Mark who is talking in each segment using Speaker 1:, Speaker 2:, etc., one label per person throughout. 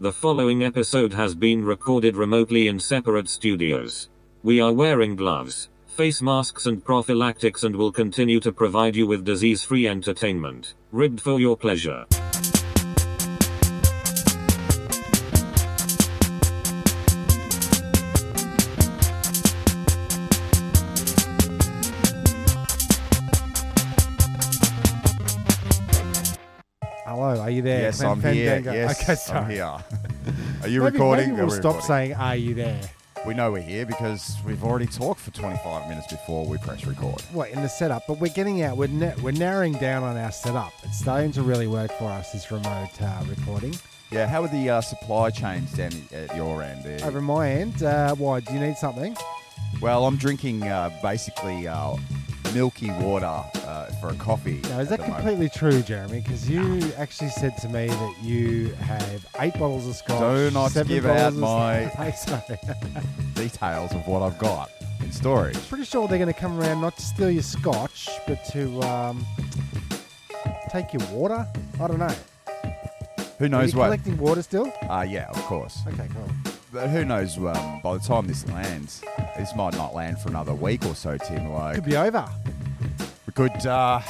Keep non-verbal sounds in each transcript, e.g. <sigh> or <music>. Speaker 1: The following episode has been recorded remotely in separate studios. We are wearing gloves, face masks, and prophylactics and will continue to provide you with disease free entertainment, ribbed for your pleasure.
Speaker 2: Hello, Oh, are you there?
Speaker 3: Yes,
Speaker 2: Glenn
Speaker 3: I'm here.
Speaker 2: Fandango?
Speaker 3: Yes,
Speaker 2: okay, sorry. <laughs>
Speaker 3: I'm here. Are you
Speaker 2: Maybe-
Speaker 3: recording?
Speaker 2: Maybe
Speaker 3: Yeah,
Speaker 2: we'll
Speaker 3: we're
Speaker 2: stop
Speaker 3: recording.
Speaker 2: saying "Are you there?"
Speaker 3: We know we're here because we've already talked for 25 minutes before we press record.
Speaker 2: What in the setup? But we're getting out. We're na- we're narrowing down on our setup. It's starting to really work for us. This remote uh, recording
Speaker 3: Yeah, how are the uh, supply chains down at your end? There?
Speaker 2: over my end. Uh, why do you need something?
Speaker 3: Well, I'm drinking uh, basically uh, milky water uh, for a coffee.
Speaker 2: Now, is
Speaker 3: at
Speaker 2: that
Speaker 3: the moment.
Speaker 2: completely true, Jeremy? Because you actually said to me that you have eight bottles of scotch.
Speaker 3: Do not
Speaker 2: seven
Speaker 3: give
Speaker 2: bottles
Speaker 3: out
Speaker 2: of-
Speaker 3: my-
Speaker 2: <laughs> Okay, sorry.
Speaker 3: Details of what I've got in storage.
Speaker 2: Pretty sure they're going to come around not to steal your scotch, but to um, take your water. I don't know.
Speaker 3: Who
Speaker 2: Are
Speaker 3: knows
Speaker 2: you
Speaker 3: what?
Speaker 2: collecting water still?
Speaker 3: Uh, yeah, of course.
Speaker 2: Okay, cool.
Speaker 3: But who knows? Um, by the time this lands, this might not land for another week or so, Tim. Like
Speaker 2: Could be over.
Speaker 3: we could. Uh,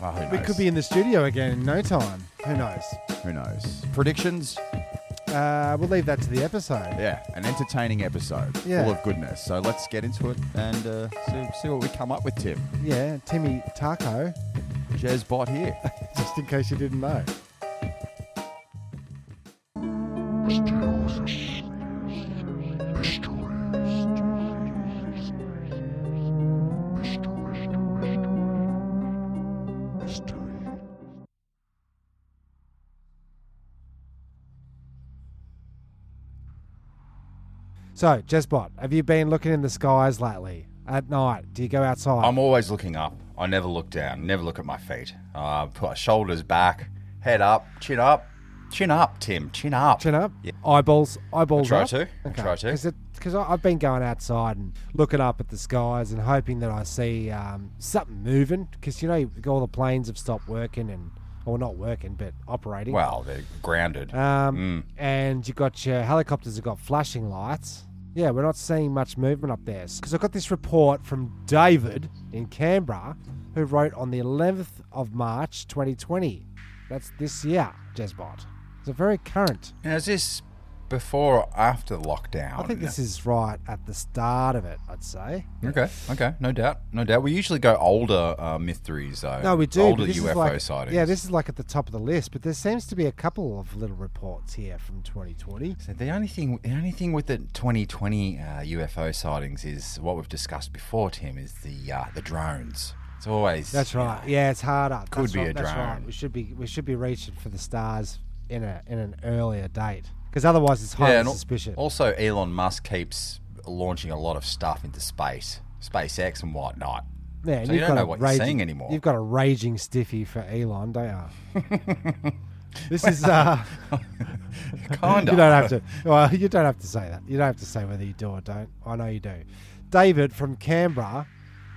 Speaker 3: well, who knows?
Speaker 2: We could be in the studio again in no time. Who knows?
Speaker 3: Who knows? Predictions?
Speaker 2: Uh, we'll leave that to the episode.
Speaker 3: Yeah, an entertaining episode
Speaker 2: Yeah.
Speaker 3: full of goodness. So let's get into it and uh, see, see what we come up with, Tim.
Speaker 2: Yeah, Timmy Taco,
Speaker 3: Jazz
Speaker 2: <laughs>
Speaker 3: Bot here.
Speaker 2: just in case you didn't know. So, Jezbot, have you been looking in the skies lately? At night, do you go outside?
Speaker 4: I'm always looking up. I never look down. Never look at my feet. Uh, put my shoulders back, head up, chin up, chin up, Tim. Chin up.
Speaker 2: Chin up,
Speaker 4: Yeah.
Speaker 2: eyeballs, eyeballs
Speaker 4: try
Speaker 2: up.
Speaker 4: to. I try to.
Speaker 2: Because I've been going outside and looking up at the skies and hoping that I see um, something moving. Because you know you- all the planes have stopped working and, or not working, but operating.
Speaker 4: Well, they're grounded. Mm.
Speaker 2: Um, And you got your helicopters have got flashing lights. Yeah, we're not seeing much movement up there. Because I got this report from David in Canberra, who wrote on the 11th of March 2020. That's this year, Jezbot. It's a very current.
Speaker 4: now, is this before or after lockdown?
Speaker 2: I think this is right at the start of it, I'd say.
Speaker 4: Okay, okay, no doubt, no doubt. We usually go older uh, mysteries, though.
Speaker 2: No, we do. but
Speaker 4: Older
Speaker 2: this
Speaker 4: UFO
Speaker 2: is like,
Speaker 4: sightings.
Speaker 2: Yeah, this is like at the top of the list, but there seems to be a couple of little reports here from 2020.
Speaker 4: So the only thing, the only thing with the 2020 uh, UFO sightings is what we've discussed before, Tim, is the uh, the drones. It's always
Speaker 2: That's
Speaker 4: you know,
Speaker 2: right. Yeah, it's harder.
Speaker 4: Could
Speaker 2: that's
Speaker 4: be
Speaker 2: right,
Speaker 4: a
Speaker 2: that's right.
Speaker 4: drone.
Speaker 2: We should be we should be reaching for the stars in a in an earlier date because otherwise it's highly
Speaker 4: al-
Speaker 2: suspicious.
Speaker 4: Also, Elon Musk keeps launching a lot of stuff into space, SpaceX and whatnot. <laughs>
Speaker 2: yeah, and
Speaker 4: so you don't know what you're seeing anymore.
Speaker 2: You've got a raging stiffy for Elon, don't
Speaker 4: <laughs>
Speaker 2: you? this is uh,
Speaker 4: Kinda.
Speaker 2: you don't have to. Well, you don't have to say that. You don't have to say whether you do or don't. I know you do. David from Canberra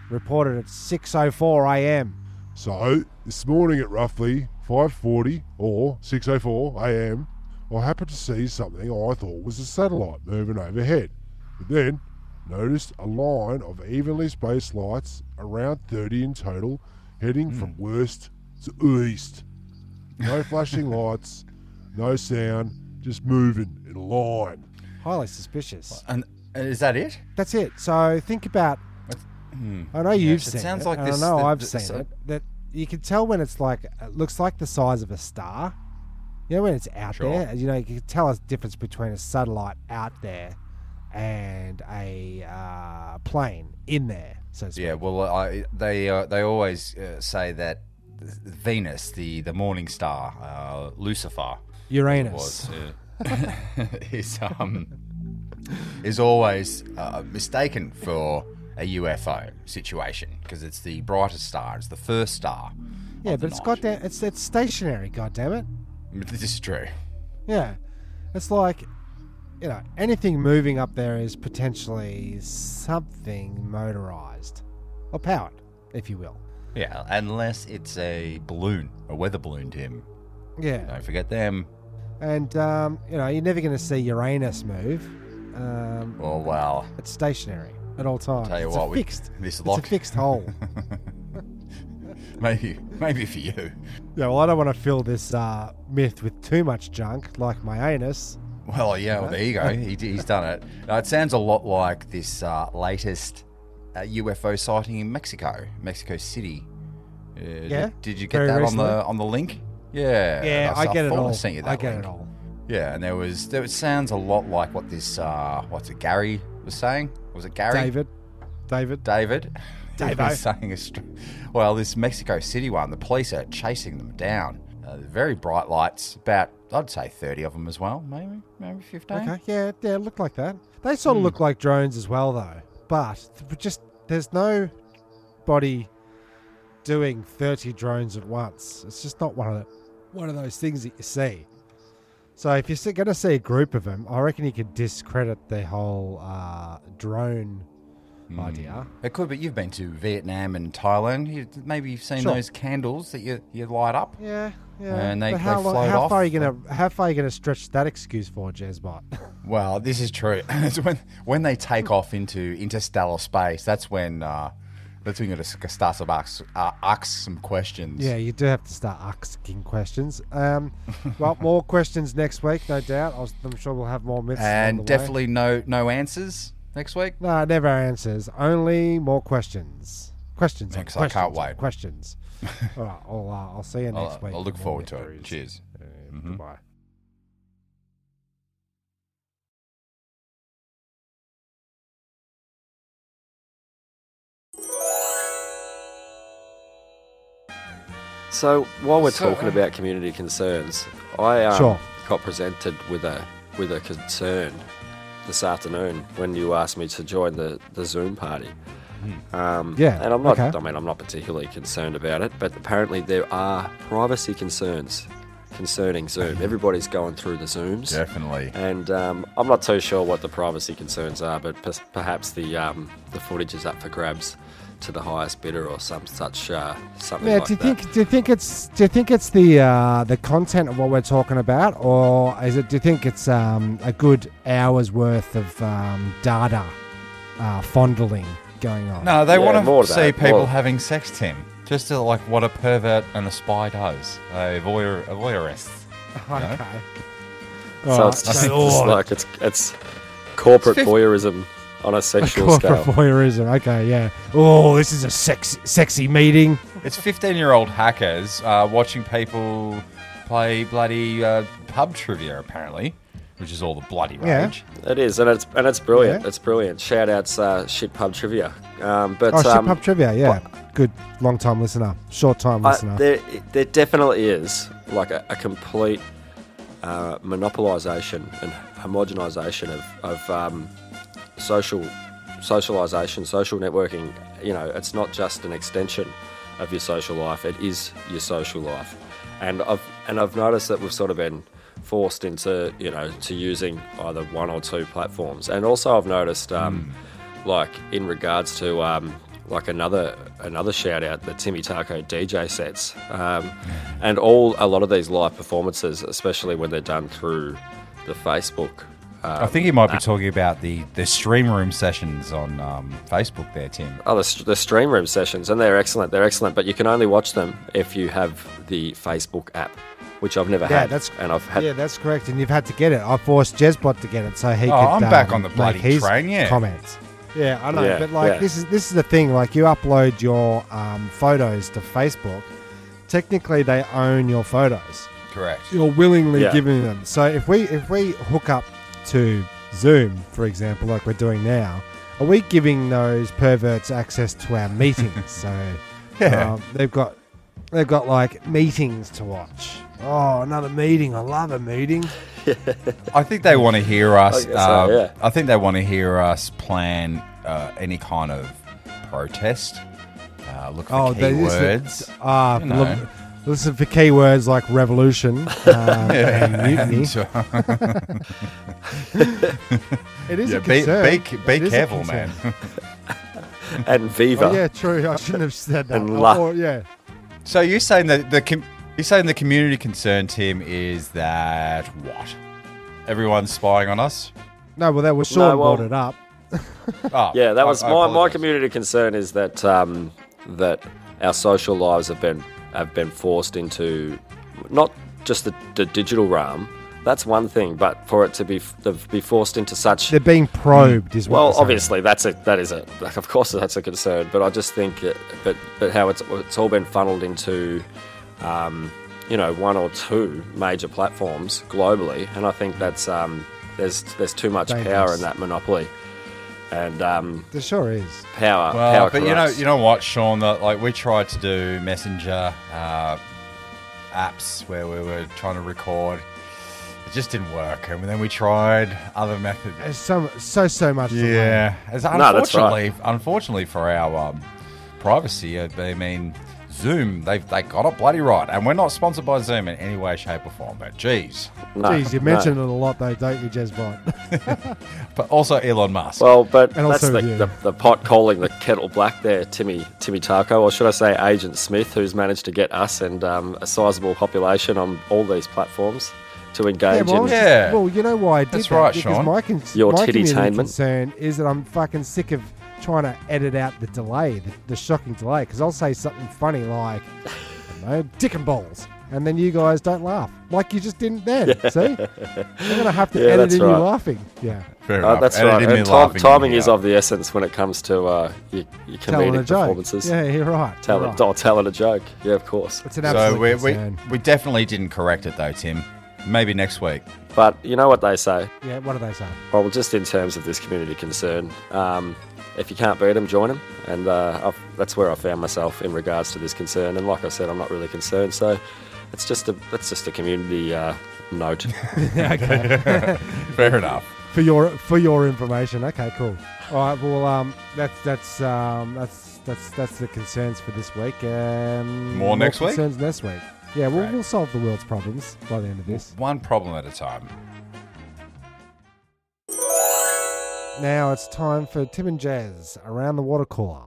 Speaker 2: reported at 6:04 a.m.
Speaker 5: So, this morning at roughly 5:40 or 6:04 a.m., I happened to see something I thought was a satellite moving overhead. But then noticed a line of evenly spaced lights, around 30 in total, heading from
Speaker 6: Hmm.
Speaker 5: west to east. No
Speaker 6: <laughs>
Speaker 5: flashing lights, no sound, just moving in a line.
Speaker 2: Highly suspicious.
Speaker 4: And, and is that it? Hmm.
Speaker 2: That's it. So think about. I know you've
Speaker 4: it
Speaker 2: seen it.
Speaker 4: sounds like
Speaker 2: and
Speaker 4: this-
Speaker 2: I know
Speaker 4: the-
Speaker 2: I've
Speaker 4: the-
Speaker 2: seen
Speaker 4: so-
Speaker 2: it. That you can tell when it's like it looks like the size of a star. You know when it's out
Speaker 4: Sure.
Speaker 2: there. You know you can tell the difference between a satellite out there and a uh, plane in there. So to speak.
Speaker 4: Yeah. Well, I, they uh, they always uh, say that Venus, the the morning star, uh, Lucifer,
Speaker 2: Uranus.
Speaker 4: was uh, <laughs> is um is always uh, mistaken for a UFO situation because it's the brightest star, it's the first star. <laughs>
Speaker 2: Yeah,
Speaker 4: of the
Speaker 2: but it's
Speaker 4: night.
Speaker 2: got that. It's it's stationary. God damn it.
Speaker 4: This is true.
Speaker 2: Yeah, it's like you know anything moving up there is potentially something motorized or powered, if you will.
Speaker 4: Yeah, unless it's a balloon, a weather balloon, Tim.
Speaker 2: Yeah.
Speaker 4: Don't forget them.
Speaker 2: And, um, you know, you're never going to see Uranus move. Um,
Speaker 4: Oh wow!
Speaker 2: it's stationary at all times.
Speaker 4: Tell you
Speaker 2: it's
Speaker 4: what,
Speaker 2: a
Speaker 4: we-
Speaker 2: fixed,
Speaker 4: this
Speaker 2: it's
Speaker 4: lock-
Speaker 2: a fixed hole.
Speaker 4: <laughs> Maybe, maybe for you.
Speaker 2: yeah, well, I don't want to fill this uh, myth with too much junk like my anus.
Speaker 4: Well, yeah, well, there you go. He, he's done it. Now, it sounds a lot like this uh, latest uh, UFO sighting in Mexico, Mexico City. Uh,
Speaker 2: Yeah,
Speaker 4: Did, did you get
Speaker 2: very
Speaker 4: that
Speaker 2: recently.
Speaker 4: on the on the link? Yeah.
Speaker 2: Yeah, I get it
Speaker 4: thought
Speaker 2: all.
Speaker 4: sent you
Speaker 2: I
Speaker 4: that
Speaker 2: get
Speaker 4: link.
Speaker 2: it all.
Speaker 4: Yeah, and there was there it sounds a lot like what this uh, what's it Gary was saying? Was it Gary?
Speaker 2: David. David.
Speaker 4: David. <laughs> He was
Speaker 2: Davo.
Speaker 4: saying Austra- well, this Mexico City one, the police are chasing them down. Uh, very bright lights, about I'd say thirty of them as well, maybe maybe fifteen.
Speaker 2: Okay, yeah, yeah, it looked like that. They sort
Speaker 4: Hmm.
Speaker 2: of look like drones as well, though. But th- just there's no body doing 30 drones at once. It's just not one of the, one of those things that you see. So if you're going to see a group of them, I reckon you could discredit the whole uh, drone
Speaker 4: Hmm.
Speaker 2: idea.
Speaker 4: It could, but you've been to Vietnam and Thailand. You, maybe you've seen
Speaker 2: Sure.
Speaker 4: those candles that you, you light up.
Speaker 2: Yeah, yeah.
Speaker 4: And they-
Speaker 2: but how,
Speaker 4: they
Speaker 2: lo-
Speaker 4: float
Speaker 2: how
Speaker 4: off.
Speaker 2: far are you gonna how far are you gonna stretch that excuse for, Jezbot? <laughs>
Speaker 4: Well, this is true. <laughs> It's when when they take off into interstellar space, that's when uh, that's when you start to ask, uh, ask some questions.
Speaker 2: Yeah, you do have to start asking questions.
Speaker 4: <laughs>
Speaker 2: Um, well, more questions next week, no doubt. I'll, I'm sure we'll have more myths. along the
Speaker 4: and
Speaker 2: way.
Speaker 4: definitely no no answers next week.
Speaker 2: no, never answers. Only more questions. Questions. on
Speaker 4: Thanks, I can't
Speaker 2: questions on
Speaker 4: wait.
Speaker 2: Questions.
Speaker 4: <laughs>
Speaker 2: All right, I'll, uh, I'll see you next
Speaker 4: I'll,
Speaker 2: week.
Speaker 4: I'll look
Speaker 2: with more
Speaker 4: forward to it.
Speaker 2: mysteries.
Speaker 4: Cheers. Mm-hmm.
Speaker 2: Uh, Goodbye.
Speaker 7: So while we're
Speaker 4: So,
Speaker 7: talking
Speaker 4: um,
Speaker 7: about community concerns, I um,
Speaker 2: Sure.
Speaker 7: got presented with a with a concern this afternoon when you asked me to join the, the Zoom party. Um,
Speaker 2: Yeah,
Speaker 7: and I'm not.
Speaker 2: okay.
Speaker 7: I mean, I'm not particularly concerned about it, but apparently there are privacy concerns concerning Zoom. Everybody's going through the Zooms.
Speaker 4: Definitely.
Speaker 7: And um, I'm not too sure what the privacy concerns are, but per- perhaps the um, the footage is up for grabs to the highest bidder or some such uh, something
Speaker 2: Yeah,
Speaker 7: like
Speaker 2: do you
Speaker 7: that.
Speaker 2: think do you think it's do you think it's the uh, the content of what we're talking about, or is it? Do you think it's um, a good hour's worth of um, data uh, fondling going on?
Speaker 4: No, they
Speaker 7: Yeah, more
Speaker 4: want
Speaker 7: of
Speaker 4: to
Speaker 7: that,
Speaker 4: see people
Speaker 7: more-
Speaker 4: having sex, Tim. Just to, like what a pervert and a spy does. A voyeur, a voyeurist.
Speaker 2: Okay. Oh,
Speaker 7: So it's just it's like it's it's corporate voyeurism on
Speaker 2: <laughs>
Speaker 7: a sexual
Speaker 2: corporate
Speaker 7: scale.
Speaker 2: voyeurism. Okay, yeah. Oh, this is a sex, sexy meeting.
Speaker 4: It's 15 year old hackers uh, watching people play bloody uh, pub trivia, apparently, which is all the bloody
Speaker 2: Yeah.
Speaker 4: rage.
Speaker 7: It is, and it's and it's brilliant.
Speaker 2: Yeah.
Speaker 7: It's brilliant. Shout outs, uh, shit pub trivia. Um, but
Speaker 2: oh, shit
Speaker 7: um,
Speaker 2: pub trivia. Yeah, good long time listener, short time
Speaker 7: I-
Speaker 2: listener.
Speaker 7: there there definitely is like a, a complete uh, monopolisation and homogenisation of of um, social socialisation, social networking. You know, it's not just an extension of your social life; it is your social life. And I've and I've noticed that we've sort of been forced into you know to using either one or two platforms. And also, I've noticed um, like in regards to um, like another another shout out the Timmy Taco DJ sets, um, and all a lot of these live performances, especially when they're done through the Facebook. Um,
Speaker 4: I think he might be talking about the, the stream room sessions on um, Facebook there, Tim.
Speaker 7: Oh, the, st- the stream room sessions, and they're excellent. They're excellent, but you can only watch them if you have the Facebook app, which I've never
Speaker 2: yeah,
Speaker 7: had.
Speaker 2: that's
Speaker 7: and I've had.
Speaker 2: yeah, that's correct. And you've had to get it. I forced Jezbot to get it so he
Speaker 4: Oh,
Speaker 2: could.
Speaker 4: I'm
Speaker 2: um,
Speaker 4: back on the bloody
Speaker 2: make his
Speaker 4: train, yeah.
Speaker 2: Comments. Yeah, I know,
Speaker 7: Yeah,
Speaker 2: but like
Speaker 7: yeah.
Speaker 2: this is this is the thing. Like you upload your um, photos to Facebook. Technically, they own your photos.
Speaker 4: Correct.
Speaker 2: you're willingly
Speaker 7: Yeah.
Speaker 2: giving them. So if we if we hook up to Zoom, for example, like we're doing now, are we giving those perverts access to our meetings? so
Speaker 4: <laughs> Yeah.
Speaker 2: um, they've got they've got like meetings to watch. Oh, another meeting! I love a meeting.
Speaker 4: I think they want to hear us.
Speaker 7: Mm. I guess so,
Speaker 4: uh,
Speaker 7: yeah.
Speaker 4: I think they want to hear us plan uh, any kind of protest. Uh, look for
Speaker 2: Oh, they
Speaker 4: keywords.
Speaker 2: listen, ah,
Speaker 4: You know.
Speaker 2: lo- listen for keywords like revolution
Speaker 4: <laughs>
Speaker 2: um, and mutiny.
Speaker 4: So-
Speaker 2: It is
Speaker 4: yeah,
Speaker 2: a
Speaker 4: be,
Speaker 2: concern.
Speaker 4: be,
Speaker 2: It
Speaker 4: be
Speaker 2: is a
Speaker 4: careful,
Speaker 2: concern.
Speaker 4: man. <laughs>
Speaker 7: And Viva.
Speaker 2: Oh, yeah, true. I shouldn't have said that.
Speaker 4: <laughs>
Speaker 7: And la-
Speaker 2: Or- yeah.
Speaker 4: So you're saying that the com- He's saying the community concern, Tim, is that what? Everyone's spying on us?
Speaker 2: No, well, that was Sean
Speaker 7: well-
Speaker 2: brought it up.
Speaker 4: Oh,
Speaker 7: Yeah, that
Speaker 4: I-
Speaker 7: was
Speaker 4: I
Speaker 7: my, my
Speaker 4: apologise.
Speaker 7: community concern is that um, that our social lives have been have been forced into not just the, the digital realm. That's one thing, but for it to be to be forced into such
Speaker 2: They're being
Speaker 4: Hmm.
Speaker 2: probed, is what.
Speaker 7: well,
Speaker 2: they're saying.
Speaker 7: obviously that's a that is a like, of course that's a concern, but I just think it, but but how it's it's all been funneled into um, you know one or two major platforms globally, and I think that's um, there's there's too much power
Speaker 2: Dangerous.
Speaker 7: in that monopoly, and um,
Speaker 2: There sure is.
Speaker 7: power
Speaker 4: Well,
Speaker 7: power
Speaker 4: but you know,
Speaker 7: corrupts.
Speaker 4: you know what, Sean? That like we tried to do messenger uh, apps where we were trying to record. It just didn't work, and then we tried other methods.
Speaker 2: There's so so so much. to learn.
Speaker 4: Yeah, as
Speaker 7: No, that's
Speaker 4: unfortunately, unfortunately for our um, privacy, I I mean, Zoom they've they got it bloody right, and we're not sponsored by Zoom in any way, shape, or form. But geez,
Speaker 7: No,
Speaker 2: Jeez, you
Speaker 7: no.
Speaker 2: mention it a lot though, don't you, Jezbot? <laughs>
Speaker 4: but also Elon Musk.
Speaker 7: Well, but
Speaker 2: And
Speaker 7: that's
Speaker 2: also,
Speaker 7: the,
Speaker 2: yeah.
Speaker 7: the, the pot calling the kettle black there, Timmy Timmy Tarko, or should I say Agent Smith, who's managed to get us and um, a sizable population on all these platforms to engage in.
Speaker 4: yeah.
Speaker 2: Well, you know why I did
Speaker 4: That's
Speaker 2: that?
Speaker 4: right,
Speaker 2: because
Speaker 4: Sean.
Speaker 2: My, con-
Speaker 7: Your
Speaker 2: my community
Speaker 7: titty-tainment.
Speaker 2: concern is that I'm fucking sick of trying to edit out the delay, the, the shocking delay, because I'll say something funny like, I don't know, dick and balls, and then you guys don't laugh, like you just didn't then, see?
Speaker 7: <laughs>
Speaker 2: I'm going to have to
Speaker 7: Yeah,
Speaker 2: edit
Speaker 7: that's
Speaker 2: in you
Speaker 7: right.
Speaker 2: laughing. Yeah.
Speaker 4: Fair
Speaker 7: Uh,
Speaker 4: enough.
Speaker 7: that's
Speaker 4: And it
Speaker 7: right.
Speaker 4: didn't mean
Speaker 7: And ti-
Speaker 4: laughing
Speaker 7: timing
Speaker 4: in
Speaker 7: is
Speaker 4: the, uh,
Speaker 7: of the essence when it comes to uh, your, your
Speaker 2: Telling a
Speaker 7: comedic
Speaker 2: joke.
Speaker 7: performances.
Speaker 2: Yeah, you're right.
Speaker 7: Tell
Speaker 2: you're
Speaker 7: it,
Speaker 2: right.
Speaker 7: oh, telling a joke. Yeah, of course.
Speaker 2: It's an
Speaker 4: So
Speaker 2: absolute
Speaker 4: we, we,
Speaker 2: concern.
Speaker 4: we definitely didn't correct it though, Tim. Maybe next week.
Speaker 7: But you know what they say.
Speaker 2: yeah, what do they say?
Speaker 7: Well, just in terms of this community concern, um, if you can't beat them, join them. And uh, I've, that's where I found myself in regards to this concern. And like I said, I'm not really concerned. So it's just a that's just a community uh, note.
Speaker 4: Fair enough.
Speaker 2: for your for your information. Okay, cool. All right. Well, um, that's that's um, that's that's that's the concerns for this week. Um,
Speaker 4: More next week?
Speaker 2: Concerns next week. Yeah, we'll,
Speaker 4: Great.
Speaker 2: we'll solve the world's problems by the end of this.
Speaker 4: One problem at a time.
Speaker 2: Now it's time for Tim and Jazz around the water cooler,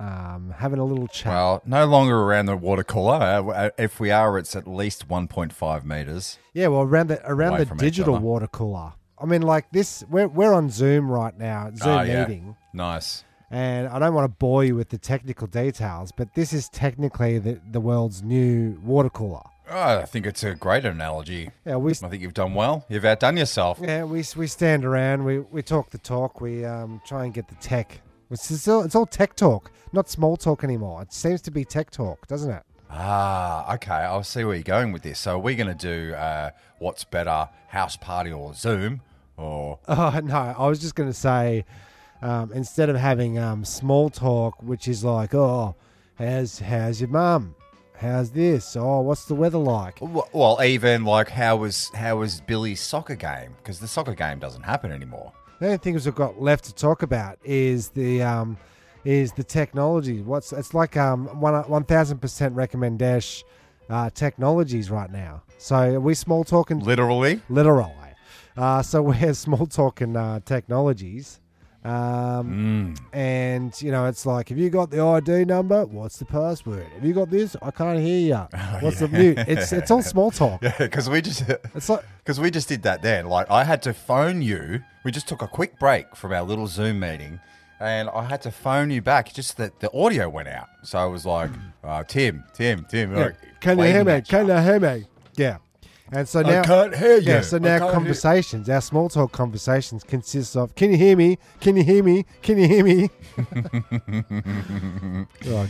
Speaker 2: um, having a little chat.
Speaker 4: Well, no longer around the water cooler. Uh, If we are, it's at least 1.5 meters.
Speaker 2: Yeah, well, around the around
Speaker 4: Away
Speaker 2: the
Speaker 4: from each
Speaker 2: digital
Speaker 4: other.
Speaker 2: water cooler. I mean, like this, we're we're on Zoom right now, Zoom
Speaker 4: Ah, yeah.
Speaker 2: meeting.
Speaker 4: Nice.
Speaker 2: And I don't want to bore you with the technical details, but this is technically the, the world's new water cooler.
Speaker 4: Oh, I think it's a great analogy.
Speaker 2: Yeah, we
Speaker 4: I think you've done well. You've outdone yourself.
Speaker 2: yeah we, we stand around, we, we talk the talk, we um, try and get the tech. It's, it's, all, it's all tech talk, not small talk anymore. It seems to be tech talk, doesn't it?
Speaker 4: Ah, okay. I'll see where you're going with this. So, are we going to do uh, what's better, house party or Zoom? Or
Speaker 2: Oh no, I was just going to say um, instead of having um, small talk, which is like, oh, how's how's your mum? How's this? Oh, what's the weather like?
Speaker 4: Well, well, even like how was how was Billy's soccer game? Because the soccer game doesn't happen anymore.
Speaker 2: The only things we've got left to talk about is the um, is the technology. What's it's like um one one thousand percent recommend dash uh, technologies right now. So are we small talking
Speaker 4: Literally. <laughs>
Speaker 2: literal. Uh, so <laughs> we're small talking uh, technologies. Um,
Speaker 4: Mm.
Speaker 2: And, you know, it's like, have you got the ID number? What's the password? Have you got this? I can't hear
Speaker 4: <laughs>
Speaker 2: you. What's the mute? It's, it's all small talk.
Speaker 4: Oh, Yeah, because we just
Speaker 2: It's like,
Speaker 4: because we just did that then. Like I had to phone you. We just took a quick break from our little Zoom meeting, and I had to phone you back. Just that the audio went out, so I was like, uh, "Tim, Tim, Tim,
Speaker 2: Hmm. yeah,
Speaker 4: like,
Speaker 2: can you
Speaker 4: waving
Speaker 2: hear me?
Speaker 4: at
Speaker 2: Can you hear me? Yeah. And so
Speaker 4: I
Speaker 2: now,
Speaker 4: can't hear <laughs> you.
Speaker 2: yeah, so
Speaker 4: I can't
Speaker 2: now
Speaker 4: hear-
Speaker 2: conversations, our small talk conversations consists of, can you hear me? Can you hear me? Can you hear me? oh,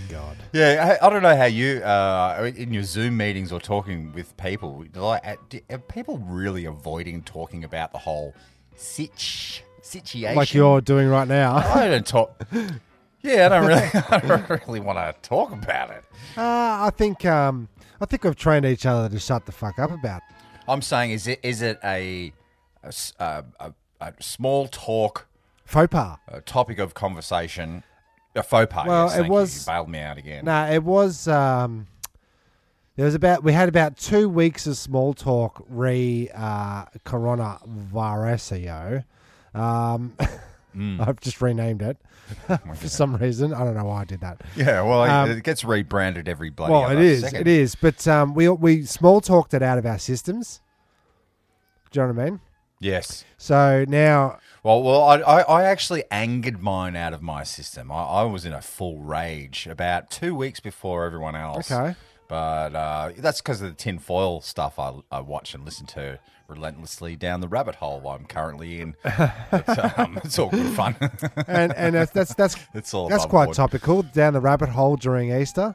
Speaker 2: God.
Speaker 4: Yeah, I, I don't know how you uh, in your Zoom meetings or talking with people. Like, uh, do- are people really avoiding talking about the whole sitch situation?
Speaker 2: Like you're doing right now.
Speaker 4: I don't talk. <laughs> Yeah, I don't really, <laughs> I don't really want to talk about it.
Speaker 2: Uh, I think um, I think we've trained each other to shut the fuck up about. It.
Speaker 4: I'm saying, is it is it a a s- a- a- a small talk
Speaker 2: Faux pas.
Speaker 4: a topic of conversation? A faux pas.
Speaker 2: Well,
Speaker 4: yes,
Speaker 2: it
Speaker 4: thank you.
Speaker 2: was-
Speaker 4: You bailed me out again.
Speaker 2: No, it was. Um, there was about we had about two weeks of small talk re uh, coronavirusio. Um, <laughs> I've just renamed it for some reason. I don't know why I did that.
Speaker 4: Yeah, well, it-
Speaker 2: Um,
Speaker 4: it gets rebranded every bloody.
Speaker 2: Well, it
Speaker 4: other
Speaker 2: is.
Speaker 4: second.
Speaker 2: It is. But um, we we small talked it out of our systems. Do you know what I mean?
Speaker 4: Yes.
Speaker 2: So now,
Speaker 4: Well, well, I, I, I actually angered mine out of my system. I, I was in a full rage about two weeks before everyone else.
Speaker 2: Okay.
Speaker 4: But uh, that's because of the tinfoil stuff I, I watch and listen to relentlessly down the rabbit hole I'm currently
Speaker 2: <laughs>
Speaker 4: in. But, um, it's all good fun. <laughs>
Speaker 2: and and that's that's that's,
Speaker 4: It's all
Speaker 2: that's
Speaker 4: above
Speaker 2: quite
Speaker 4: board.
Speaker 2: topical. Down the rabbit hole during Easter.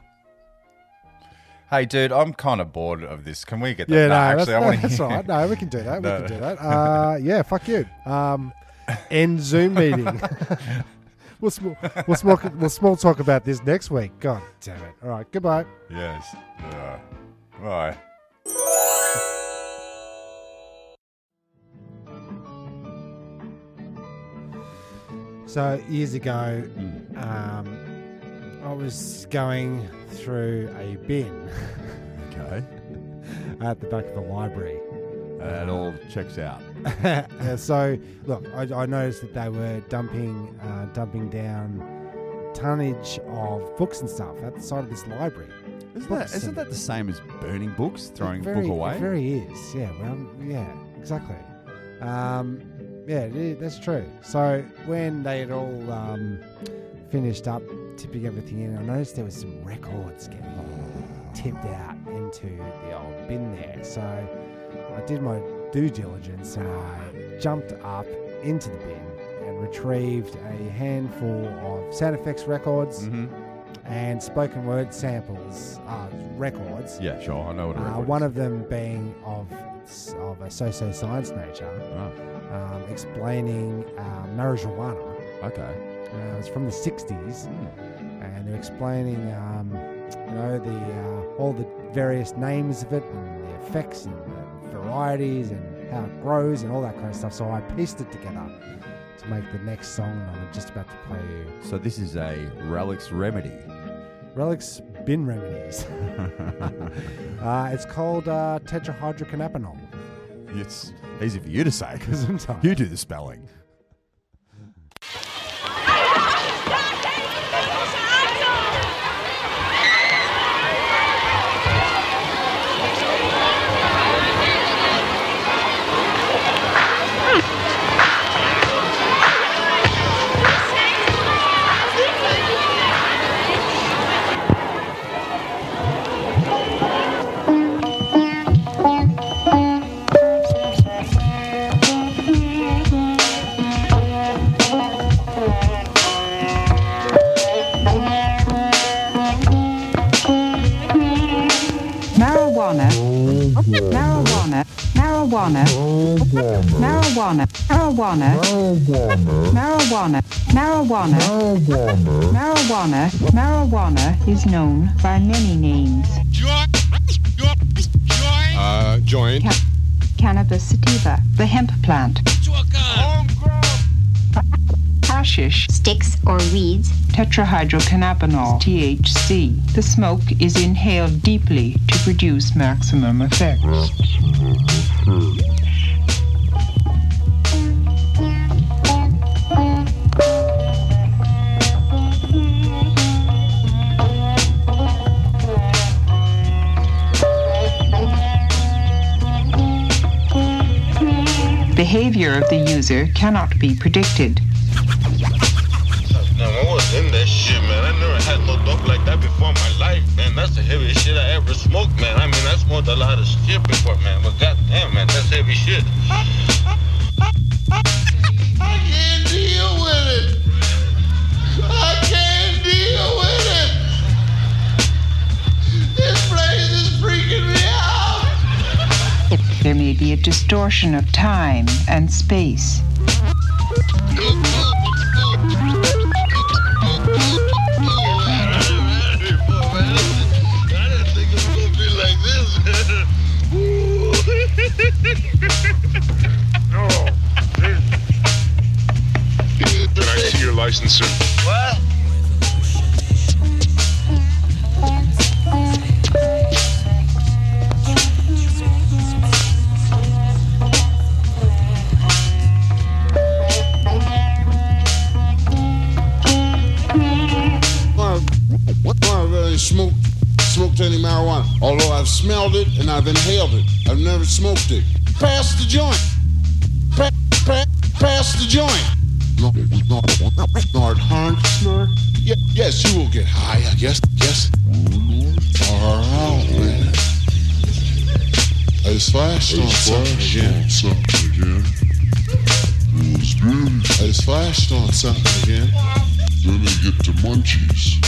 Speaker 4: hey, dude, I'm kind of bored of this. Can we get that?
Speaker 2: Yeah, no,
Speaker 4: actually, I
Speaker 2: that's,
Speaker 4: want
Speaker 2: that's
Speaker 4: to
Speaker 2: all right. No, we can do that.
Speaker 4: No.
Speaker 2: We can do that. Uh, yeah, fuck you. Um, end Zoom meeting. <laughs> we'll, sm- we'll, small, we'll small talk about this next week. God damn it. All right, goodbye.
Speaker 4: <laughs> Yes. Yeah. Right.
Speaker 2: So years ago, um, I was going through a bin <laughs>
Speaker 6: Okay.
Speaker 2: at the back of the library. <laughs>
Speaker 6: That all checks out.
Speaker 2: Uh, so look, I, I noticed that they were dumping, uh, dumping down tonnage of books and stuff at the side of this library. Books
Speaker 6: Isn't that, isn't
Speaker 2: and-
Speaker 6: that the same as burning books, throwing
Speaker 2: It
Speaker 6: a
Speaker 2: very-
Speaker 6: book away?
Speaker 2: It very is. Yeah. Well, yeah. Exactly. Um, yeah, it is, that's true. So when they had all um, finished up tipping everything in, I noticed there was some records getting tipped out into the old bin there. So I did my due diligence and I jumped up into the bin and retrieved a handful of sound effects records
Speaker 6: Mhm.
Speaker 2: and spoken word samples, uh, records.
Speaker 6: Yeah, sure. I know what a
Speaker 2: Uh,
Speaker 6: record
Speaker 2: one
Speaker 6: is.
Speaker 2: of them being of of a socio science nature,
Speaker 6: Oh,
Speaker 2: um, explaining uh, marijuana.
Speaker 6: okay.
Speaker 2: Uh, it's from the '60s, and they're explaining, um, you know, the uh, all the various names of it and the effects and the varieties and how it grows and all that kind of stuff. So I pieced it together to make the next song that I'm just about to play you.
Speaker 6: So this is a relics remedy.
Speaker 2: Relics Bin <laughs> Remedies. uh, it's called uh, tetrahydrocannabinol.
Speaker 6: It's easy for you to say because
Speaker 2: Gesundheit.
Speaker 6: you do the spelling.
Speaker 8: marijuana, marijuana, marijuana, marijuana, marijuana, marijuana, marijuana, marijuana, marijuana is known by many names.
Speaker 3: Uh, joint.
Speaker 8: Ca- Cannabis sativa, the hemp plant, hashish,
Speaker 9: sticks or weeds.
Speaker 8: tetrahydrocannabinol, THC. The smoke is inhaled deeply to produce maximum effect. Behavior of the user cannot be predicted.
Speaker 3: Now, I was in that shit, man. I never had no dope like that before in my life, man. That's the heaviest shit I ever smoked, man. I mean, I smoked a lot of shit before, man. But goddamn, man, that's heavy shit. I can't deal with it. I can't deal with it. This place is freaking me out.
Speaker 8: There may be a distortion of time and space.
Speaker 3: Can I see your license, sir? What?
Speaker 8: Although I've smelled it and I've inhaled it, I've never smoked it. Pass the joint. Pa- pa- pass the joint. Snort, snort, snort, horn, snort. Ye- yes, you will get high, I guess. Yes. All right, man. I slashed on something again. Something again. I slashed on something again. Then I get the munchies.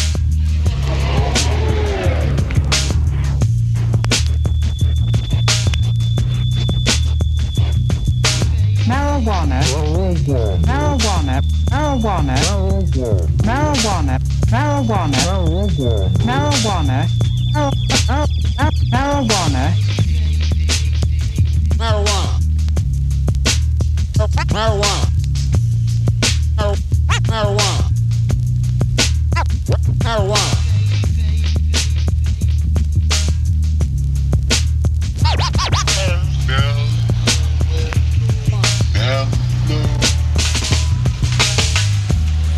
Speaker 10: Marijuana. Marijuana. Marijuana. Marijuana. Marijuana. Marijuana. Mar- mar- mar- Marijuana.
Speaker 8: Marijuana. Marijuana. Mar- Marijuana. Marijuana. Yeah. No.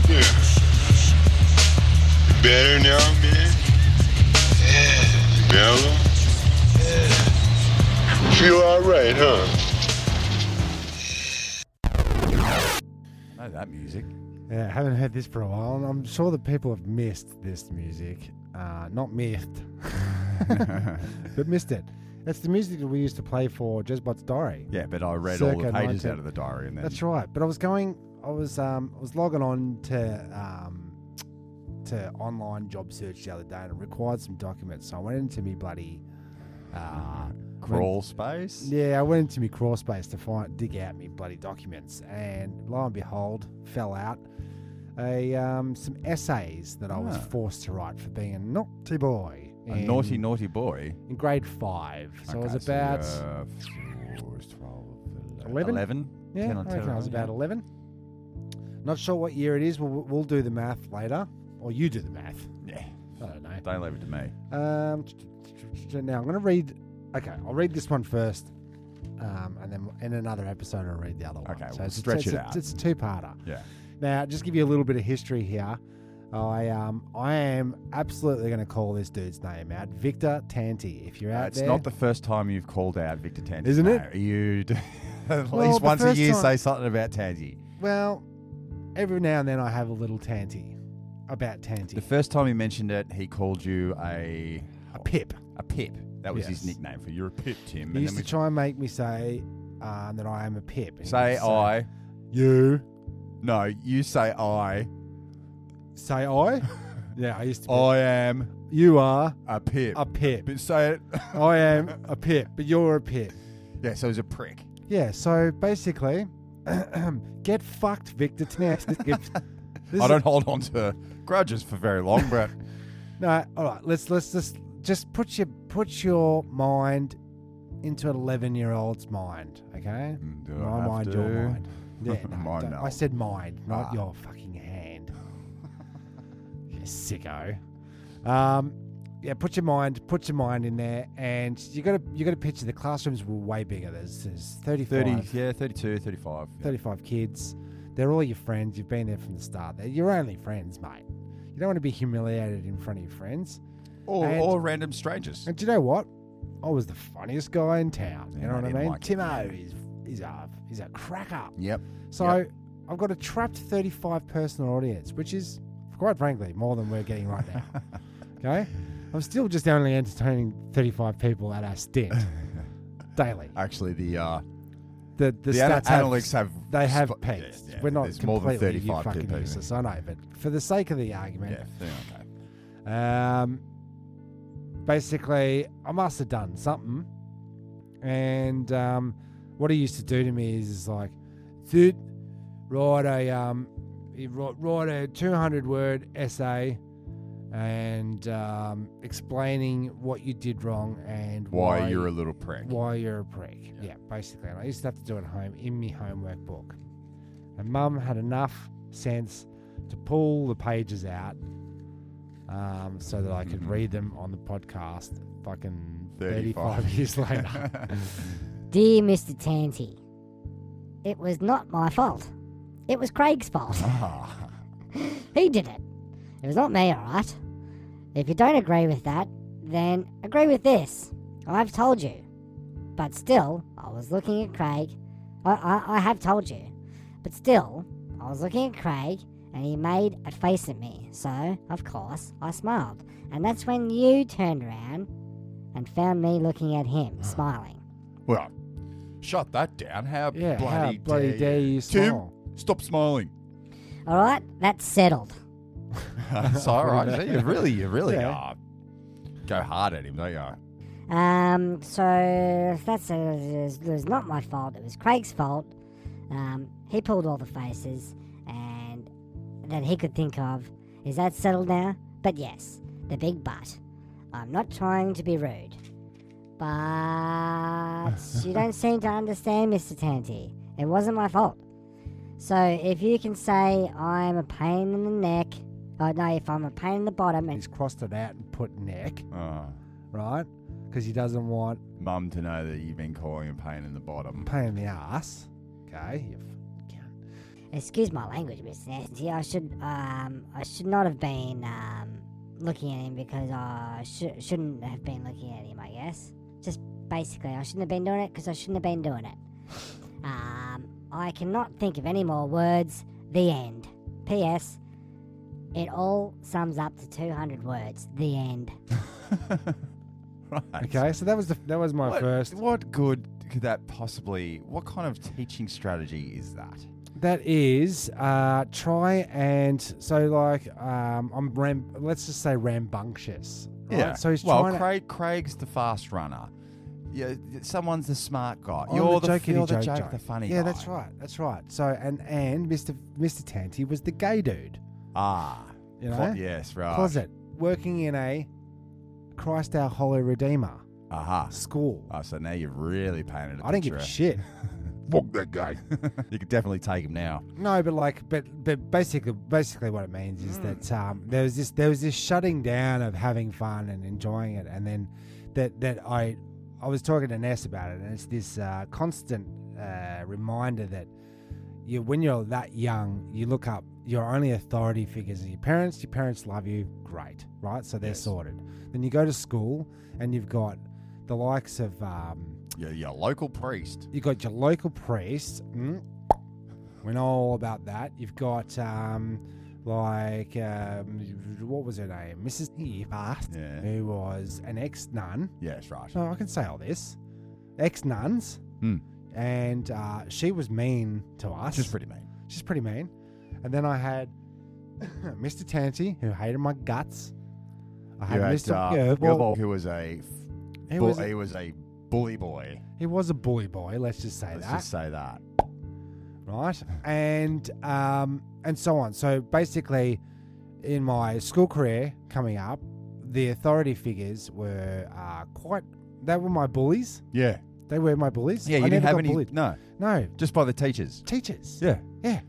Speaker 8: Yeah. You Better now, man. Yeah. Mellow. Feel alright, huh?
Speaker 3: know that music.
Speaker 2: Yeah, I haven't heard this for a while, and I'm sure that people have missed this music. Uh, not missed, <laughs> but missed it. It's the music that we used to play for Jezbot's Diary.
Speaker 3: <laughs> Yeah, but I read all
Speaker 2: Circa
Speaker 3: the pages
Speaker 2: 19
Speaker 3: out of the diary and then.
Speaker 2: That's right. But I was going, I was, um, I was logging on to, um, to online job search the other day, and it required some documents. So I went into me bloody, uh,
Speaker 3: Crawl space.
Speaker 2: yeah, I went into my crawl space to find dig out me bloody documents, and lo and behold, fell out a um, some essays that I was
Speaker 3: Ah.
Speaker 2: forced to write for being a naughty boy.
Speaker 3: A
Speaker 2: in-
Speaker 3: naughty, naughty boy.
Speaker 2: in grade five. So I
Speaker 3: Okay,
Speaker 2: was about
Speaker 3: So, uh, four, 12,
Speaker 2: 11?
Speaker 3: 11?
Speaker 2: yeah,
Speaker 3: 10
Speaker 2: I
Speaker 3: on
Speaker 2: reckon I was
Speaker 3: 10,
Speaker 2: about
Speaker 3: yeah.
Speaker 2: eleven. Not sure what year it is. We'll, we'll do the math later, or you do the math.
Speaker 3: Yeah.
Speaker 2: I don't know.
Speaker 3: Don't leave it to me.
Speaker 2: Um, now I'm going to read. Okay, I'll read this one first, um, and then in another episode I'll read the other one.
Speaker 3: Okay, we'll
Speaker 2: it's a- it's
Speaker 3: stretch it
Speaker 2: a-
Speaker 3: out.
Speaker 2: It's a two-parter.
Speaker 3: Yeah.
Speaker 2: Now, just give you a little bit of history here. I um, I am absolutely going to call this dude's name out, Victor Tanti. If you're out
Speaker 3: it's
Speaker 2: there,
Speaker 3: not the first time you've called out Victor Tandy.
Speaker 2: Isn't it?
Speaker 3: You d- <laughs> at
Speaker 2: Well,
Speaker 3: least
Speaker 2: the
Speaker 3: once a
Speaker 2: first
Speaker 3: year
Speaker 2: time-
Speaker 3: say something about Tandy.
Speaker 2: well, every now and then I have a little Tanti about Tanti,
Speaker 3: The first time he mentioned it, he called you a
Speaker 2: a pip.
Speaker 3: a pip. That was his
Speaker 2: Yes.
Speaker 3: nickname for you're a pip, Tim.
Speaker 2: He used to try and make me say um, that I am a pip. And he
Speaker 3: say
Speaker 2: would
Speaker 3: I.
Speaker 2: you.
Speaker 3: No, you say I.
Speaker 2: Say
Speaker 3: <laughs>
Speaker 2: I? yeah, I used to. Be,
Speaker 3: I am
Speaker 2: you are
Speaker 3: a pip.
Speaker 2: a pip.
Speaker 3: But say it.
Speaker 2: I am a pip, but you're a pip.
Speaker 3: <laughs> yeah, so he's a prick.
Speaker 2: Yeah, so basically, <clears throat> get fucked, Victor Tanti. This is-
Speaker 3: I don't hold on to grudges for very long, but
Speaker 2: No, all right. Let's let's just just put your put your mind into an eleven-year-old's mind. Okay,
Speaker 3: Mm, do I
Speaker 2: my
Speaker 3: have
Speaker 2: mind, your
Speaker 3: to? <laughs>
Speaker 2: mind. Yeah, no,
Speaker 3: Mine,
Speaker 2: don't-
Speaker 3: no.
Speaker 2: I said mind, not
Speaker 3: Ah.
Speaker 2: your fucking hand. you sicko. Um, yeah, put your mind, put your mind in there, and you got to you got to picture the classrooms were way bigger. There's, there's 35,
Speaker 3: 30, yeah, 32, 35. yeah.
Speaker 2: 35 kids. They're all your friends. You've been there from the start. They're your only friends, mate. You don't want to be humiliated in front of your friends.
Speaker 3: Or,
Speaker 2: And-
Speaker 3: or random strangers.
Speaker 2: And do you know what? I was the funniest guy in town. You
Speaker 3: Yeah,
Speaker 2: know
Speaker 3: I
Speaker 2: what I
Speaker 3: didn't
Speaker 2: mean?
Speaker 3: like it.
Speaker 2: Timo is is a is a cracker.
Speaker 3: Yep.
Speaker 2: So I've got a trapped 35 person audience, which is quite frankly more than we're getting right
Speaker 3: <laughs>
Speaker 2: now. okay, I'm still just only entertaining 35 people at our
Speaker 3: <laughs>
Speaker 2: stint daily.
Speaker 3: Actually, the uh,
Speaker 2: The the,
Speaker 3: The ana-
Speaker 2: stats have-
Speaker 3: analytics have
Speaker 2: they have
Speaker 3: sp-
Speaker 2: peaked.
Speaker 3: yeah, yeah,
Speaker 2: we're not
Speaker 3: there's more
Speaker 2: completely
Speaker 3: than 35
Speaker 2: you fucking
Speaker 3: people.
Speaker 2: useless. I know, but for the sake of the argument,
Speaker 3: yeah, yeah, okay.
Speaker 2: um, basically, I must have done something. And um, what he used to do to me is, is like, dude, write a um, he wrote, write a two hundred word essay, and um, explaining what you did wrong and
Speaker 3: Why you're a little prick.
Speaker 2: why you're a prick. Yeah. basically. And I used to have to do it at home in my homework book. And mum had enough sense to pull the pages out um, so that I could read them on the podcast fucking 35,
Speaker 3: 35.
Speaker 2: years later.
Speaker 6: Dear Mr. Tanti, it was not my fault. It was Craig's fault. <laughs> he did it. It was not me, alright? If you don't agree with that, then agree with this. I've told you. But still, I was looking at Craig. I, I, I have told you. But still, I was looking at Craig and he made a face at me. So, of course, I smiled. And that's when you turned around and found me looking at him, smiling.
Speaker 3: Well, shut that down. How
Speaker 2: Yeah, how
Speaker 3: bloody
Speaker 2: bloody dare you
Speaker 3: Tim,
Speaker 2: smile.
Speaker 3: stop smiling. <laughs>
Speaker 6: Alright, that's settled.
Speaker 4: That's all
Speaker 2: <laughs>
Speaker 4: right. So you really, you really
Speaker 2: Yeah.
Speaker 4: are. Go hard at him, don't you?
Speaker 6: Um, so that's uh it was not my fault. It was Craig's fault. Um, he pulled all the faces, and that he could think of. Is that settled now? But yes, the big but. I'm not trying to be rude, but you don't seem to understand, Mister Tanti. It wasn't my fault. So if you can say I'm a pain in the neck, oh no, if I'm a pain in the bottom, and
Speaker 2: He's crossed it out and put neck,
Speaker 3: Oh,
Speaker 2: right? Because he doesn't want
Speaker 3: Mum to know that you've been calling him pain in the bottom. <laughs>
Speaker 2: pain in the ass. Okay, you f- cunt.
Speaker 6: Excuse my language, Miss Nancy. I should um I should not have been um looking at him because I sh- shouldn't have been looking at him. I guess just basically I shouldn't have been doing it because I shouldn't have been doing it. Um, I cannot think of any more words. The end. P.S. It all sums up to 200 words. The end.
Speaker 3: Right.
Speaker 2: Okay, so that was the that was my
Speaker 3: What,
Speaker 2: first.
Speaker 3: what good could that possibly? What kind of teaching strategy is that?
Speaker 2: That is uh, try and so like um, I'm ram. Let's just say rambunctious. Right? So he's
Speaker 3: well,
Speaker 2: trying to-
Speaker 3: Craig, Craig's the fast runner. Yeah, someone's the smart guy.
Speaker 2: I'm
Speaker 3: you're the,
Speaker 2: jokey
Speaker 3: you're the
Speaker 2: joke
Speaker 3: joke,
Speaker 2: joke.
Speaker 3: the funny
Speaker 2: Yeah,
Speaker 3: guy.
Speaker 2: that's right. That's right. So and and Mr. Mr. Tanti was the gay dude.
Speaker 3: Ah,
Speaker 2: You know,
Speaker 3: clo- yes, right.
Speaker 2: closet working in a Christ our Holy Redeemer
Speaker 3: Aha.
Speaker 2: school.
Speaker 3: Oh, so now you've really painted. I
Speaker 2: I don't give a shit.
Speaker 5: Fuck that guy.
Speaker 3: <laughs> you could definitely take him now.
Speaker 2: No, but like, but but basically, basically, what it means is that um, there was this there was this shutting down of having fun and enjoying it, and then that that I I was talking to Ness about it, and it's this uh, constant uh, reminder that you when you're that young, you look up your only authority figures are your parents. Your parents love you, great, right? So they're sorted. Then you go to school, and you've got the likes of. Um,
Speaker 3: You're your local priest.
Speaker 2: You've got your local priest. Mm, we know all about that. You've got, um, like, um, what was her name? Mrs. Past,
Speaker 3: Yeah.
Speaker 2: who was an ex nun.
Speaker 3: Yes, right.
Speaker 2: So I can say all this. Ex nuns.
Speaker 3: Hmm.
Speaker 2: And uh, she was mean to us.
Speaker 3: Which is pretty mean.
Speaker 2: She's pretty mean. And then I had <coughs> Mr. Tanti, who hated my guts. I had,
Speaker 3: You had,
Speaker 2: Mr.
Speaker 3: uh,
Speaker 2: yeah, well,
Speaker 3: Gilmore, who was a f-
Speaker 2: he,
Speaker 3: bu-
Speaker 2: was,
Speaker 3: he was a bully boy.
Speaker 2: he was a bully boy, let's just say
Speaker 3: Let's
Speaker 2: that.
Speaker 3: just say that.
Speaker 2: right? And um, and so on. So basically, in my school career coming up, the authority figures were uh, quite. They were my bullies.
Speaker 3: Yeah.
Speaker 2: They were my bullies.
Speaker 3: Yeah, you
Speaker 2: I
Speaker 3: didn't
Speaker 2: never
Speaker 3: have
Speaker 2: got
Speaker 3: any.
Speaker 2: bullied.
Speaker 3: No,
Speaker 2: No
Speaker 3: just by the teachers.
Speaker 2: teachers.
Speaker 3: Yeah.
Speaker 2: yeah.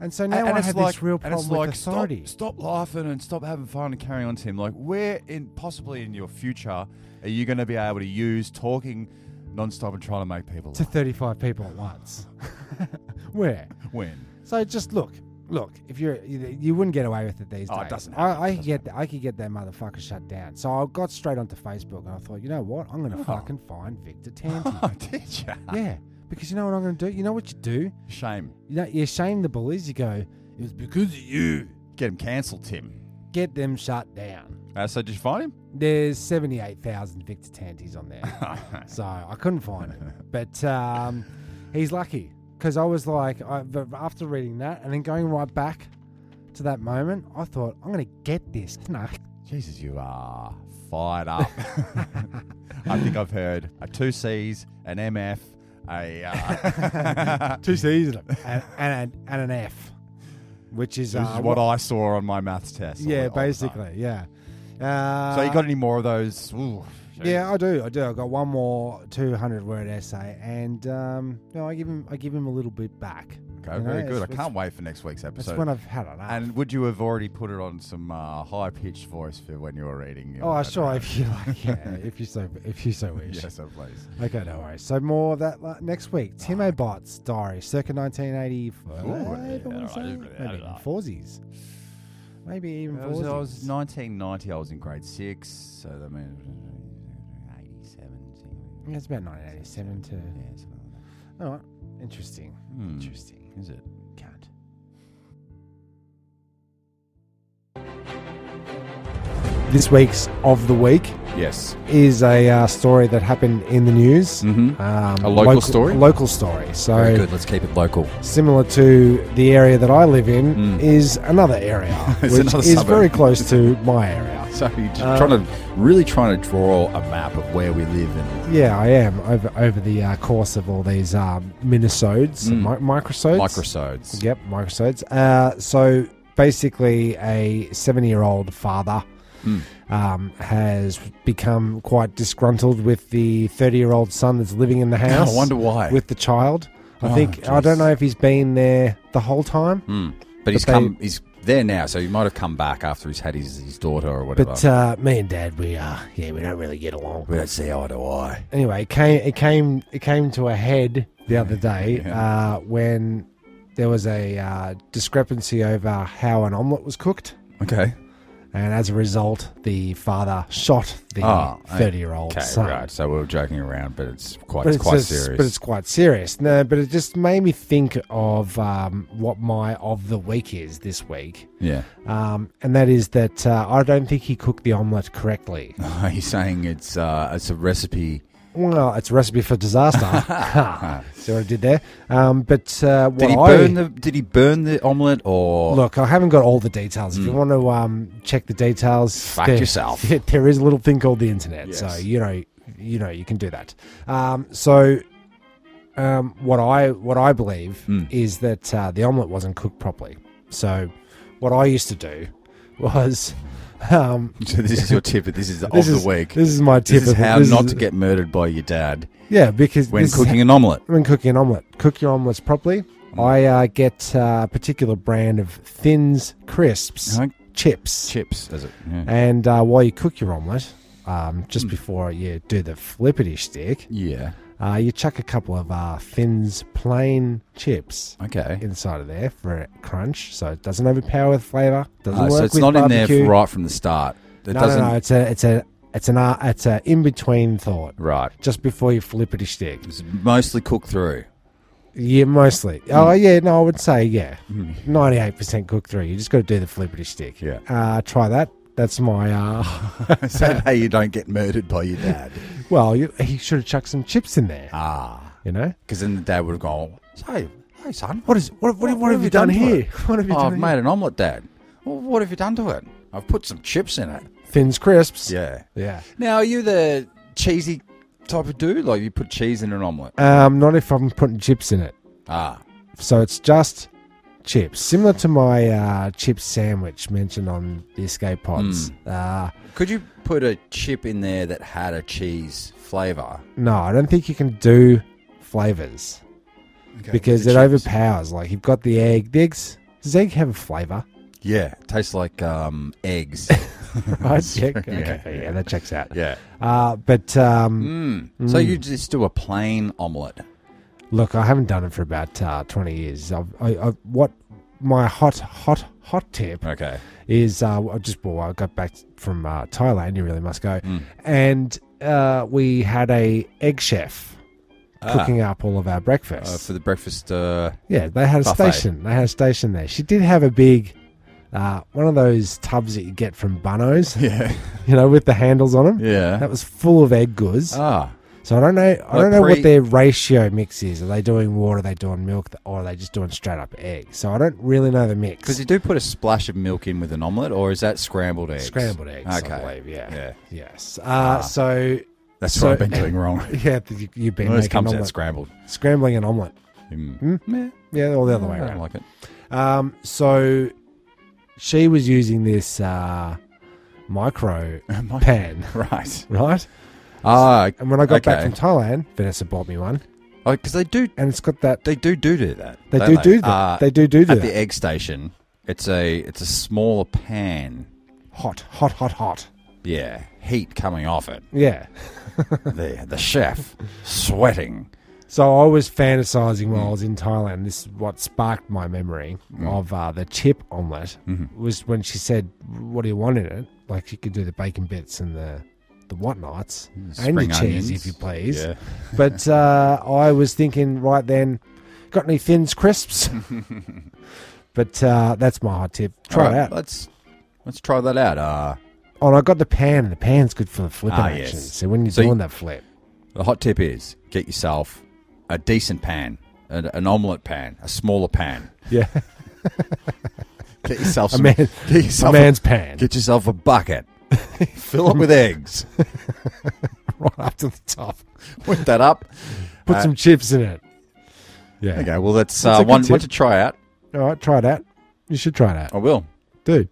Speaker 2: And so now I
Speaker 3: it's
Speaker 2: have
Speaker 3: like-
Speaker 2: this real
Speaker 3: and it's
Speaker 2: problem with
Speaker 3: like, stop-
Speaker 2: authority.
Speaker 3: Stop, laughing and stop having fun and carry on, Tim. Like, where in possibly in your future are you going to be able to use talking nonstop and trying to make people
Speaker 2: To
Speaker 3: laugh?
Speaker 2: thirty-five people at once. <laughs> Where?
Speaker 3: <laughs> When?
Speaker 2: So just look, look. If you're, you, you wouldn't get away with it these
Speaker 3: Oh, it
Speaker 2: days.
Speaker 3: doesn't happen,
Speaker 2: I, I
Speaker 3: it
Speaker 2: could
Speaker 3: doesn't
Speaker 2: get, I could get that motherfucker shut down. So I got straight onto Facebook and I thought, you know what? I'm gonna fucking find
Speaker 3: <laughs>
Speaker 2: Victor
Speaker 3: Oh,
Speaker 2: Tanti.
Speaker 3: did you?
Speaker 2: yeah, because you know what I'm gonna do. You know what you do?
Speaker 3: Shame.
Speaker 2: You know, you shame the bullies. You go, it was because of you.
Speaker 3: Get him cancelled, Tim.
Speaker 2: Get them shut down.
Speaker 3: Uh, so did you find him?
Speaker 2: There's seventy-eight thousand Victor Tantis on there.
Speaker 3: <laughs>
Speaker 2: so I couldn't find him. But um, he's lucky because I was like, I, but after reading that and then going right back to that moment, I thought I'm gonna get this. No,
Speaker 3: Jesus, you are fired up. <laughs> I think I've heard a two C's, an MF, a uh,
Speaker 2: <laughs> two C's
Speaker 3: <laughs>
Speaker 2: and, a- and, and an F, which is,
Speaker 3: This
Speaker 2: uh,
Speaker 3: is what I saw on my maths test. all
Speaker 2: yeah,
Speaker 3: the- all the time.
Speaker 2: basically, yeah. Uh,
Speaker 3: So you got any more of those? Ooh,
Speaker 2: Yeah, I do. I do. I've got one more 200 word essay, and um, no, I give him. I give him a little bit back.
Speaker 3: Okay,
Speaker 2: You know,
Speaker 3: very good. I
Speaker 2: it's-
Speaker 3: can't wait for next week's
Speaker 2: That's
Speaker 3: episode.
Speaker 2: when I've had enough.
Speaker 3: and would you have already put it on some uh, high pitched voice for when you were reading? your
Speaker 2: oh,
Speaker 3: letter?
Speaker 2: sure. If you
Speaker 3: <laughs>
Speaker 2: like, yeah, if you so, if you so wish.
Speaker 3: Yes, so please.
Speaker 2: Okay, no worries. So more of that la- next week. Tim
Speaker 3: Ah.
Speaker 2: O'Bot's diary, circa 1985.
Speaker 3: Ooh, yeah, all right.
Speaker 2: Maybe in 40s. Maybe even
Speaker 3: I
Speaker 2: four.
Speaker 3: was, I was
Speaker 2: sixes.
Speaker 3: 1990. I was in grade six, so that means 87. something.
Speaker 2: Yeah, it's about 1987 to.
Speaker 3: Yeah, something like that.
Speaker 2: All right. Interesting.
Speaker 3: Hmm.
Speaker 2: Interesting.
Speaker 3: Is it?
Speaker 2: Cunt. This week's of the week
Speaker 3: Yes.
Speaker 2: is a uh, story that happened in the news.
Speaker 3: Mm-hmm.
Speaker 2: Um,
Speaker 3: A local story?
Speaker 2: Local story. So
Speaker 4: Very good. Let's keep it local.
Speaker 2: similar to the area that I live in
Speaker 3: Mm.
Speaker 2: is another area,
Speaker 3: <laughs> It's
Speaker 2: which
Speaker 3: another
Speaker 2: is
Speaker 3: suburb.
Speaker 2: very close
Speaker 3: <laughs>
Speaker 2: to my area.
Speaker 3: So you're just
Speaker 2: Uh,
Speaker 3: trying to really trying to draw a map of where we live and
Speaker 2: Yeah, I am over over the uh, course of all these um, minisodes,
Speaker 3: Mm.
Speaker 2: mi- microsodes,
Speaker 3: microsodes.
Speaker 2: Yep, microsodes. Uh, so basically, a seven-year-old father
Speaker 3: Mm.
Speaker 2: um, has become quite disgruntled with the thirty-year-old son that's living in the house.
Speaker 3: <laughs> I wonder why.
Speaker 2: with the child. I
Speaker 3: Oh,
Speaker 2: think I
Speaker 3: geez.
Speaker 2: don't know if he's been there the whole time.
Speaker 3: Hmm. But he's
Speaker 2: they-
Speaker 3: come. He's there now, so he might have come back after he's had his, his daughter or whatever.
Speaker 2: But uh, me and Dad, we uh, yeah, we don't really get along.
Speaker 3: we don't see eye to eye.
Speaker 2: Anyway, it came it came it came to a head the other day
Speaker 3: Yeah.
Speaker 2: uh, when there was a uh, discrepancy over how an omelette was cooked,
Speaker 3: Okay.
Speaker 2: and as a result, the father shot the
Speaker 3: Oh, I-
Speaker 2: thirty-year-old
Speaker 3: Okay.
Speaker 2: son.
Speaker 3: Right. So we were joking around, but it's quite
Speaker 2: But
Speaker 3: it's,
Speaker 2: it's,
Speaker 3: quite
Speaker 2: just-
Speaker 3: serious.
Speaker 2: but it's quite serious. No, but it just made me think of um, what my of the week is this week,
Speaker 3: yeah.
Speaker 2: um, and that is that uh, I don't think he cooked the omelette correctly.
Speaker 3: he's saying it's uh, it's a recipe.
Speaker 2: Well, it's a recipe for disaster.
Speaker 3: <laughs>
Speaker 2: <laughs> Ha. See what I did there? Um, but uh, what
Speaker 3: Did he
Speaker 2: I,
Speaker 3: burn the Did he burn the omelet or
Speaker 2: Look, I haven't got all the details. If you want to um, check the details,
Speaker 3: Mm. Fuck yourself.
Speaker 2: <laughs> There is a little thing called the internet, so
Speaker 3: Yes.
Speaker 2: you know, you know, you can do that. Um, so, um, what I what I believe
Speaker 3: Mm.
Speaker 2: is that uh, the omelette wasn't cooked properly. So, what I used to do was. <laughs> Um,
Speaker 3: So <laughs> this is your tip. This is the
Speaker 2: <laughs> this
Speaker 3: of
Speaker 2: is,
Speaker 3: the week.
Speaker 2: This is my tip.
Speaker 3: This is
Speaker 2: of-
Speaker 3: how
Speaker 2: this
Speaker 3: not
Speaker 2: is-
Speaker 3: to get murdered by your dad
Speaker 2: Yeah, because
Speaker 3: when
Speaker 2: this is
Speaker 3: cooking an omelet.
Speaker 2: when cooking an omelette, cook your omelettes properly.
Speaker 3: Mm.
Speaker 2: I uh, get uh, a particular brand of Thins crisps
Speaker 3: Huh?
Speaker 2: chips,
Speaker 3: Chips, does it? Yeah.
Speaker 2: and uh, while you cook your omelette, um,
Speaker 3: Mm.
Speaker 2: just before you do the flippity stick,
Speaker 3: Yeah.
Speaker 2: uh, you chuck a couple of uh, Thins plain chips
Speaker 3: Okay.
Speaker 2: inside of there for a crunch, so it doesn't overpower with flavor. Doesn't
Speaker 3: Uh,
Speaker 2: work
Speaker 3: so it's
Speaker 2: with
Speaker 3: not in there
Speaker 2: barbecue.
Speaker 3: f- right from the start. It
Speaker 2: no,
Speaker 3: doesn't.
Speaker 2: no, no, it's a, it's a, it's an, uh, it's a in between thought,
Speaker 3: Right.
Speaker 2: just before you flippity stick.
Speaker 3: It's mostly cooked through.
Speaker 2: Yeah, mostly. Oh, yeah. No, I would say yeah. Ninety-eight percent cook through. You just got to do the flippity stick.
Speaker 3: Yeah.
Speaker 2: Uh, try that. That's my. Uh, <laughs>
Speaker 3: <laughs> so <laughs> that you don't get murdered by your dad.
Speaker 2: well, you, he should have chucked some chips in there.
Speaker 3: <laughs> ah.
Speaker 2: You know.
Speaker 3: Because then the dad would have gone, so, hey, son,
Speaker 2: What is? What, what, what, have you done,
Speaker 3: to
Speaker 2: here? <laughs>
Speaker 3: it?"
Speaker 2: What have you
Speaker 3: "Oh,
Speaker 2: done?
Speaker 3: I've
Speaker 2: here?
Speaker 3: made an omelette, dad. Well, what have you done to it? I've put some chips in it.
Speaker 2: Thins crisps.
Speaker 3: Yeah.
Speaker 2: Yeah.
Speaker 3: Now, are you the cheesy type of dude? Like, you put cheese in an omelette?
Speaker 2: Um, not if I'm putting chips in it.
Speaker 3: Ah.
Speaker 2: So it's just chips, similar to my uh, chip sandwich mentioned on the escape pods. Uh,
Speaker 3: Could you put a chip in there that had a cheese flavour?
Speaker 2: no, I don't think you can do flavors. because
Speaker 3: The
Speaker 2: it
Speaker 3: chips.
Speaker 2: overpowers. Like you've got the egg. The eggs. Does egg have a
Speaker 3: <laughs>
Speaker 2: flavour?
Speaker 3: Yeah. Tastes like um, <laughs> eggs.
Speaker 2: Right? Check.
Speaker 3: Yeah.
Speaker 2: Okay. Yeah. that checks out.
Speaker 3: yeah.
Speaker 2: Uh, but um,
Speaker 3: Mm. So you just do a plain omelette. Mm.
Speaker 2: look, I haven't done it for about uh, twenty years. I've, I, I, what my hot, hot, hot tip
Speaker 3: Okay.
Speaker 2: is uh, I just well, I got back from uh, Thailand. You really must go,
Speaker 3: Mm.
Speaker 2: and uh, we had a egg chef cooking up all of our
Speaker 3: Ah, uh,
Speaker 2: breakfast.
Speaker 3: for the breakfast. Uh,
Speaker 2: Yeah, they had a
Speaker 3: Buffet.
Speaker 2: station. They had a station there. She did have a big, uh, one of those tubs that you get from
Speaker 3: <laughs>
Speaker 2: Bunnos,
Speaker 3: <laughs> yeah.
Speaker 2: you know, with the handles on them.
Speaker 3: Yeah.
Speaker 2: That was full of egg goods.
Speaker 3: Ah.
Speaker 2: so I don't know. I
Speaker 3: like
Speaker 2: don't know
Speaker 3: pre-
Speaker 2: what their ratio mix is. Are they doing water? Are they doing milk? Or are they just doing straight up egg? So I don't really know the mix.
Speaker 3: Because you do put a splash of milk in with an omelette, or is that scrambled eggs?
Speaker 2: Scrambled eggs,
Speaker 3: Okay.
Speaker 2: I believe. Yeah.
Speaker 3: Yeah. Ah.
Speaker 2: Yes. Uh, So <laughs>
Speaker 3: That's
Speaker 2: So-
Speaker 3: what I've been doing wrong.
Speaker 2: yeah, th- you, you've <laughs> been
Speaker 3: Always
Speaker 2: making
Speaker 3: comes out
Speaker 2: omelet.
Speaker 3: scrambled.
Speaker 2: scrambling an omelet.
Speaker 3: Mm.
Speaker 2: Hmm?
Speaker 3: Yeah,
Speaker 2: Yeah, all the other way
Speaker 3: I don't
Speaker 2: around.
Speaker 3: like it.
Speaker 2: Um, so she was using this uh, micro pan,
Speaker 3: <laughs>
Speaker 2: <laughs>
Speaker 3: Right.
Speaker 2: right?
Speaker 3: Ah,
Speaker 2: And when I got back
Speaker 3: Okay.
Speaker 2: from Thailand, Vanessa bought me one,
Speaker 3: because they do,
Speaker 2: and it's got that.
Speaker 3: they do do do that.
Speaker 2: They do
Speaker 3: don't
Speaker 2: do that.
Speaker 3: Uh,
Speaker 2: they do do
Speaker 3: at
Speaker 2: that.
Speaker 3: the egg station. It's a it's a smaller pan.
Speaker 2: hot, hot, hot, hot.
Speaker 3: Yeah,
Speaker 2: <laughs>
Speaker 3: heat coming off it.
Speaker 2: Yeah.
Speaker 3: the the chef sweating.
Speaker 2: So I was fantasizing while I was in Thailand. This is what sparked my memory
Speaker 3: Mm.
Speaker 2: of uh, the chip omelet
Speaker 3: Mm-hmm.
Speaker 2: was when she said, "What do you want in it?" Like you could do the bacon bits and the the whatnots
Speaker 3: Mm,
Speaker 2: and the
Speaker 4: spring
Speaker 2: cheese,
Speaker 4: onions.
Speaker 2: if you please.
Speaker 4: Yeah.
Speaker 2: but uh, I was thinking right then, got any thins
Speaker 4: <laughs>
Speaker 2: crisps? but uh, that's my hot tip. Try
Speaker 4: Alright,
Speaker 2: it out.
Speaker 4: Let's let's try that out. Uh,
Speaker 2: Oh, and I got the pan, and the pan's good for the flipping
Speaker 4: Ah,
Speaker 2: action.
Speaker 4: yes.
Speaker 2: So when you're
Speaker 4: So you-
Speaker 2: doing that flip,
Speaker 4: the hot tip is get yourself a decent pan, an, an omelette pan, a smaller pan.
Speaker 2: <laughs> yeah,
Speaker 4: Get
Speaker 2: <laughs>
Speaker 4: yourself
Speaker 2: a
Speaker 4: some,
Speaker 2: man,
Speaker 4: get
Speaker 2: a
Speaker 4: yourself
Speaker 2: man's pan
Speaker 4: get yourself a bucket. Fill it with eggs.
Speaker 2: <laughs> right up to the top.
Speaker 4: Put that up.
Speaker 2: Put
Speaker 4: Uh,
Speaker 2: some chips in it. Yeah.
Speaker 4: Okay, well that's,
Speaker 2: That's a
Speaker 4: uh,
Speaker 2: good
Speaker 4: one
Speaker 2: tip.
Speaker 4: one to try out.
Speaker 2: All right, try it out. You should try it out.
Speaker 4: I will.
Speaker 2: Dude.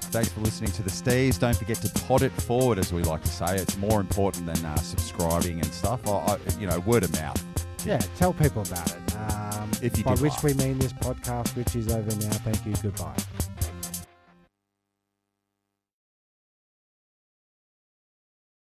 Speaker 4: Thanks for listening to the Steves. Don't forget to pod it forward, as we like to say. It's more important than uh, subscribing and stuff. I, I, you know, word of mouth.
Speaker 2: Yeah, tell people about it. Um,
Speaker 4: If you
Speaker 2: by
Speaker 4: did
Speaker 2: which
Speaker 4: like.
Speaker 2: we mean this podcast, which is over now. Thank you. Goodbye.